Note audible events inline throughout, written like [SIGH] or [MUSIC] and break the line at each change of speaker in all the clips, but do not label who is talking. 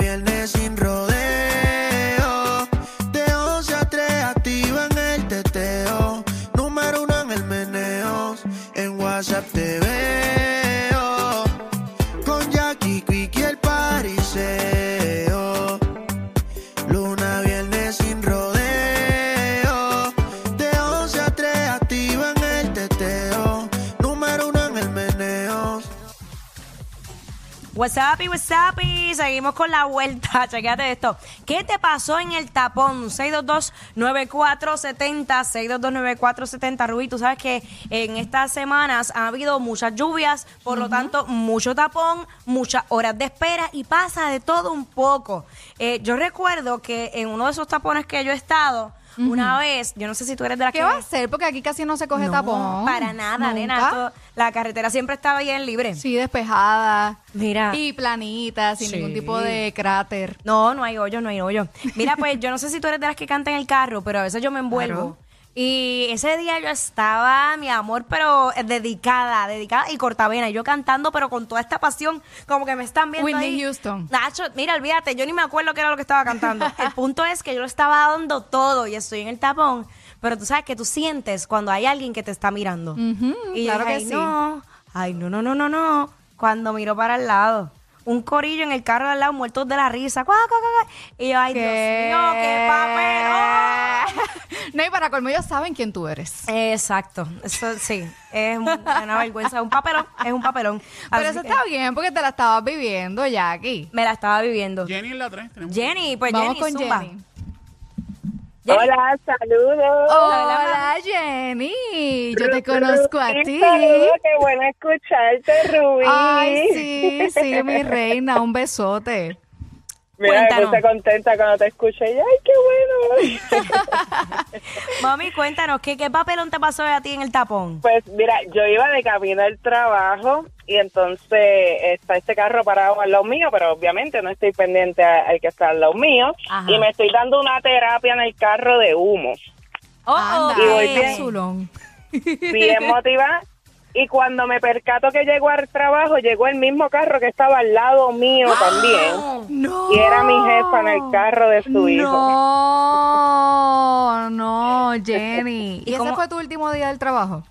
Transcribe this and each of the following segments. viernes sin rodeo. De 11 a 3 activan el teteo. Número uno en el meneo. En WhatsApp te veo. Con Jackie, Quick y el pariseo. Luna, viernes sin rodeo. De 11 a 3 activan el teteo. Número uno en el meneo.
WhatsApp y WhatsApp y seguimos con la vuelta. [LAUGHS] Chequéate esto. ¿Qué te pasó en el tapón? 622-9470, 622-9470. Rubí, tú sabes que en estas semanas ha habido muchas lluvias, por lo tanto, mucho tapón, muchas horas de espera y pasa de todo un poco. Eh, yo recuerdo que en uno de esos tapones que yo he estado, una vez, yo no sé si tú eres de las
¿Qué
que
va a hacer? Porque aquí casi no se coge
No,
tapón.
Para nada,
Nunca.
nena. Esto- la carretera siempre estaba bien libre.
Sí, despejada.
Mira.
Y planita, sin ningún tipo de cráter.
No, no hay hoyo, no hay hoyo. Mira, pues yo no sé si tú eres de las que canta en el carro, pero a veces yo me envuelvo. Y ese día yo estaba, mi amor, pero eh, dedicada, dedicada y cortavena. Y yo cantando, pero con toda esta pasión, como que me están viendo
Whitney
ahí.
Houston.
Nacho, mira, olvídate, yo ni me acuerdo qué era lo que estaba
[LAUGHS]
cantando. El punto es que yo lo estaba dando todo y estoy en el tapón. Pero tú sabes que tú sientes cuando hay alguien que te está mirando. y yo dije,
claro que
"Ay,
sí.
no, ay, no, no, no, no, no. Cuando miro para el lado, un corillo en el carro de al lado, muertos de la risa. Cuá, cuá, cuá, cuá. Y yo, ay, Dios mío, qué papelón.
[LAUGHS] no, y para colmo ellos saben quién tú eres.
Exacto, eso sí, es un- una vergüenza, es un papelón, es un papelón.
Pero
Así
eso
que
está bien porque te la estabas viviendo ya aquí.
Me la estaba viviendo.
Jenny en la 3. Tenemos
Jenny, pues
Vamos
Jenny,
con
zumba.
Jenny.
Jenny.
Hola, saludos.
Hola, Jenny. Oh, Yo te conozco a
Rubí,
ti.
saludos, Qué bueno escucharte, Rubí.
Ay, sí, sí, mi reina. Un besote.
Mira, me
cuéntanos.
puse contenta cuando te escuché. Y, Ay, qué bueno. [LAUGHS]
Mami, cuéntanos, ¿qué, ¿qué papelón te pasó a ti en el tapón?
pues mira, yo iba de camino al trabajo y entonces está este carro parado al lado mío, pero obviamente no estoy pendiente a- al que está al lado mío.
Ajá.
Y me estoy dando una terapia en el carro de humo.
Oh,
Anda,
ok.
Y voy
qué
bien.
azulón. [LAUGHS]
bien motivada. Y cuando me percato que llegó al trabajo, llegó el mismo carro que estaba al lado mío también.
No.
Y era mi jefa en
Oh,
el carro de su hijo.
No, no, Jenny.
¿Y
¿Y,
cómo-
ese fue tu último día del trabajo?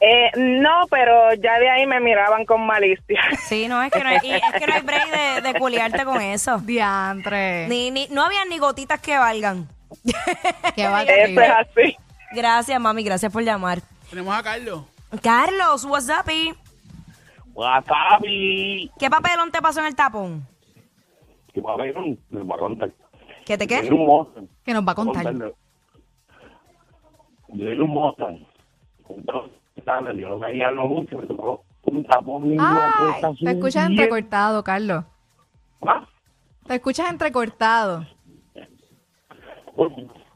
Eh, no, pero ya de ahí me miraban
[LAUGHS]
con malicia.
Sí, no, es que no hay, y es que no hay break de, de culiarte con eso.
Diantre.
Ni, ni, no había ni gotitas que valgan. [LAUGHS]
Qué
Eso es
barbaridad.
así.
Gracias, mami, gracias por llamar.
Tenemos a Carlos.
Carlos, what's up, y?
Wasabi.
¿Qué papelón te pasó en el tapón?
Que va a haber un. Les voy a contar.
¿Qué te
Yo
qué?
era un Mustang.
Que nos va a contar.
Contarle. Yo era un Mustang. Entonces, dale, yo no veía lo mucho. Me tocó un tapón. y una
Ay,
cosa así
te escuchas
bien-
entrecortado, Carlos.
Ah,
Te escuchas entrecortado.
pues,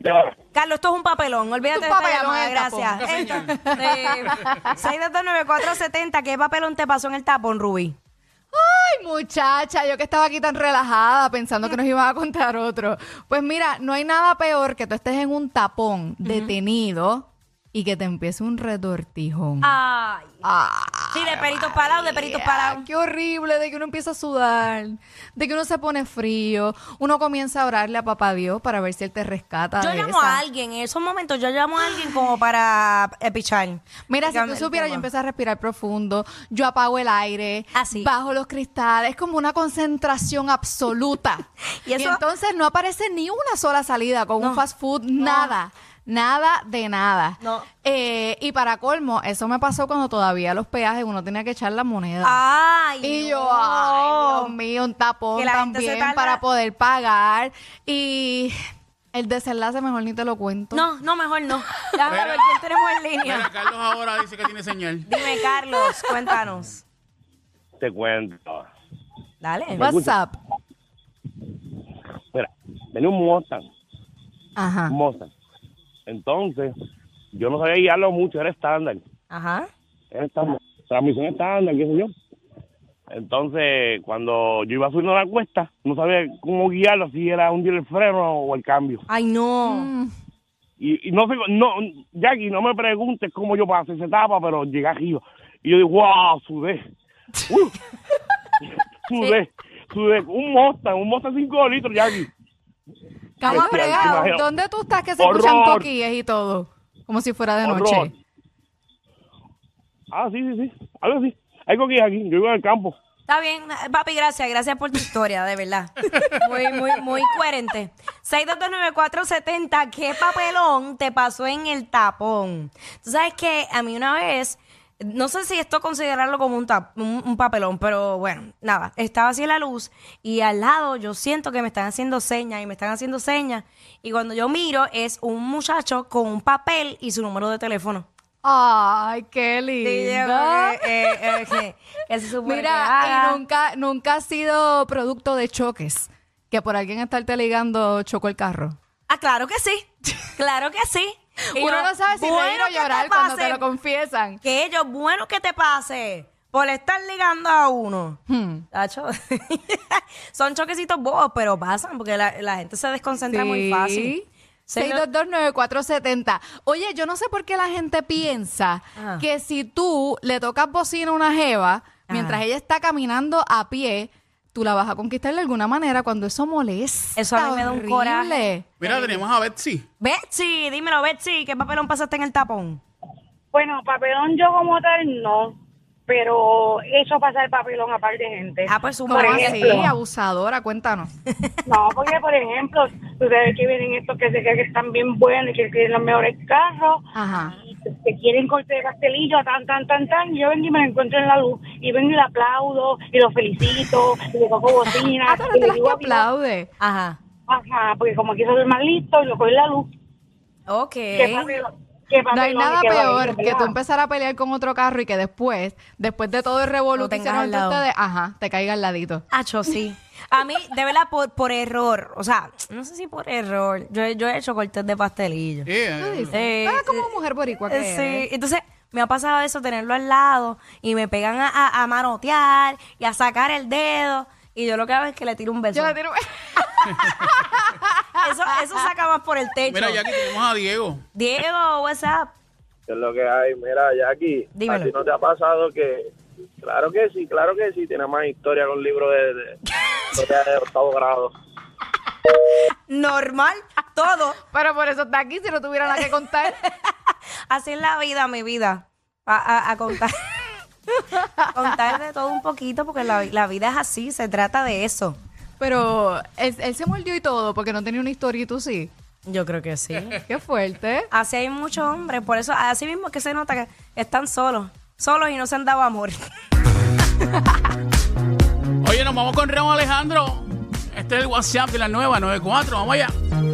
ya.
Carlos, esto es un papelón, olvídate
Un
de esta
papelón
llamada,
en el tapón.
gracias.
Sí, señor.
Eh, 6229470, ¿qué papelón te pasó en el tapón, Rubí?
Ay, muchacha, yo que estaba aquí tan relajada pensando que nos iban a contar otro. Pues mira, no hay nada peor que tú estés en un tapón detenido y que te empiece un retortijón.
Ay,
Ah.
sí, de peritos parados, de peritos parados.
Qué horrible de que uno empieza a sudar, de que uno se pone frío, uno comienza a orarle a papá Dios para ver si él te rescata.
Yo
de
llamo
esa.
a alguien, en esos momentos yo llamo a alguien como para eh, pichar.
Mira, si
Dígame
tú
el
supieras, yo
tema. Ah,
empiezo a respirar profundo, yo apago el aire,
Así.
bajo los cristales, es como una concentración absoluta.
[LAUGHS] Y
y,
eso-
entonces no aparece ni una sola salida con
No.
un fast food, nada. Nada de nada.
No.
Eh, y para colmo, eso me pasó cuando todavía los peajes uno tenía que echar la moneda.
Ay,
Y yo,
no.
ay, Dios mío, un tapón
Que la gente se
también
tarda-
para poder pagar. Y el desenlace mejor ni te lo cuento.
No, no, mejor
[LAUGHS]
no. Déjame ver quién tenemos en
Mira,
línea.
Carlos ahora dice que tiene señal.
Dime, Carlos, cuéntanos.
Te cuento.
Dale.
WhatsApp.
Mira, tenía un Mustang,
Ajá.
un Mustang. Entonces, yo no sabía guiarlo mucho, era estándar.
Ajá.
Era estándar. Transmisión estándar, qué sé yo. Entonces, cuando yo iba subiendo la cuesta, no sabía cómo guiarlo, si era hundir el freno o el cambio.
Ay, no.
Mm.
Y, y no sé, no, Jackie, no me preguntes cómo yo pasé esa etapa, pero llegué arriba. Y yo digo, wow, sudé. Uy. sudé, sudé. Un Mustang, un Mustang 5 litros, Jackie.
Cama
Especial,
fregado.
imagino.
¿Dónde tú estás que se
Horror.
escuchan coquillas y todo? Como si fuera de
Horror.
noche.
Ah, sí, sí, sí. Algo así. Hay coquillas aquí. Yo vivo en el campo.
Está bien, papi, gracias, gracias por tu historia, de [LAUGHS] verdad. Muy, muy, muy coherente. 6229470, ¿qué papelón te pasó en el tapón? Tú sabes que a mí una vez, no sé si esto considerarlo como un, tap- un, un papelón, pero bueno, nada, estaba así la luz y al lado yo siento que me están haciendo señas y me están haciendo señas y cuando yo miro es un muchacho con un papel y su número de teléfono.
Ay,
Y
qué
yo,
lindo.
eh, eh, [LAUGHS] eh, que- que se supone que "Ah,
Mira,
haga.
y nunca, nunca ha sido producto de choques. Que por alguien estarte ligando chocó el carro.
Ah, claro que sí. Claro que
[LAUGHS]
sí. Y
Uno
yo,
no sabe si reír o
que te
llorar cuando te
pase,
lo confiesan.
Que ellos, bueno que te pase por estar ligando a uno.
Hmm.
Tacho, [LAUGHS] Son choquecitos bobos, pero pasan porque la, la gente se desconcentra muy fácil. Se lo-
6229470. Oye, yo no sé por qué la gente piensa
Ah.
que si tú le tocas bocina a una jeva, mientras ella está caminando a pie, tú la vas a conquistar de alguna manera cuando eso molesta.
Eso a mí me da un
horrible.
coraje.
Mira, tenemos a Betsy.
Betsy, dímelo, Betsy, ¿qué papelón pasaste en el tapón?
Bueno, papelón yo como tal no, pero eso pasa el papelón a par de gente.
Ah, pues
¿Cómo
súper bien.
así? Abusadora, cuéntanos.
No, porque por ejemplo, tú sabes que vienen estos que se creen que están bien buenos y que tienen los mejores carros,
Ajá.
y que quieren corte de pastelillo, tan, tan, tan, tan, y yo vengo y me lo encuentro en la luz, y vengo y le aplaudo, y lo felicito, y le toco bocina.
Ah, tú eres
y
de
le
las
digo
que
a mi-
aplaude.
Ajá.
Ajá, porque como quiso ser más listo, y lo coge la luz.
Ok.
¿Qué papelón? ¿Qué
No hay
papelón?
nada
¿Qué
peor
papelón?
que tú empezar a pelear con otro carro y que después, después de todo el revolú
Lo
que
tengas
hicieron
al
entre
lado.
ustedes, ajá, te caiga al ladito.
Acho, sí. A mí, de verdad, por, por error. O sea, no sé si por error. Yo, he- yo he hecho cortes de pastelillo.
¿Qué
Eh,
dices?
Eh,
Ah, como mujer boricua que
Eh,
eres.
Sí, entonces me ha pasado eso, tenerlo al lado y me pegan a, a- a manotear y a sacar el dedo. Y yo lo que hago es que le tiro un beso.
Yo le tiro-
[LAUGHS] Eso, eso saca más por el techo.
mira, Jackie, tenemos a Diego.
Diego, WhatsApp.
que es lo que hay. Mira, Jackie,
Dímelo.
¿a ti no te ha pasado que... Claro que sí, claro que sí, tiene más historia con libros de, de, historia de octavo grado.
Normal, todo.
Pero por eso está aquí, si no tuviera nada que contar.
Así es la vida, mi vida. A, a- a contar. [LAUGHS] contar de todo un poquito, porque la, la vida es así, se trata de eso.
[LAUGHS] Pero él, él se mordió y todo porque no tenía una historia y tú sí.
Yo creo que sí.
Qué fuerte.
Así hay muchos hombres, por eso así mismo es que se nota que están solos, solos y no se han dado amor.
Oye, nos vamos con Remo Alejandro. Este es el WhatsApp de la nueva 94. Vamos allá.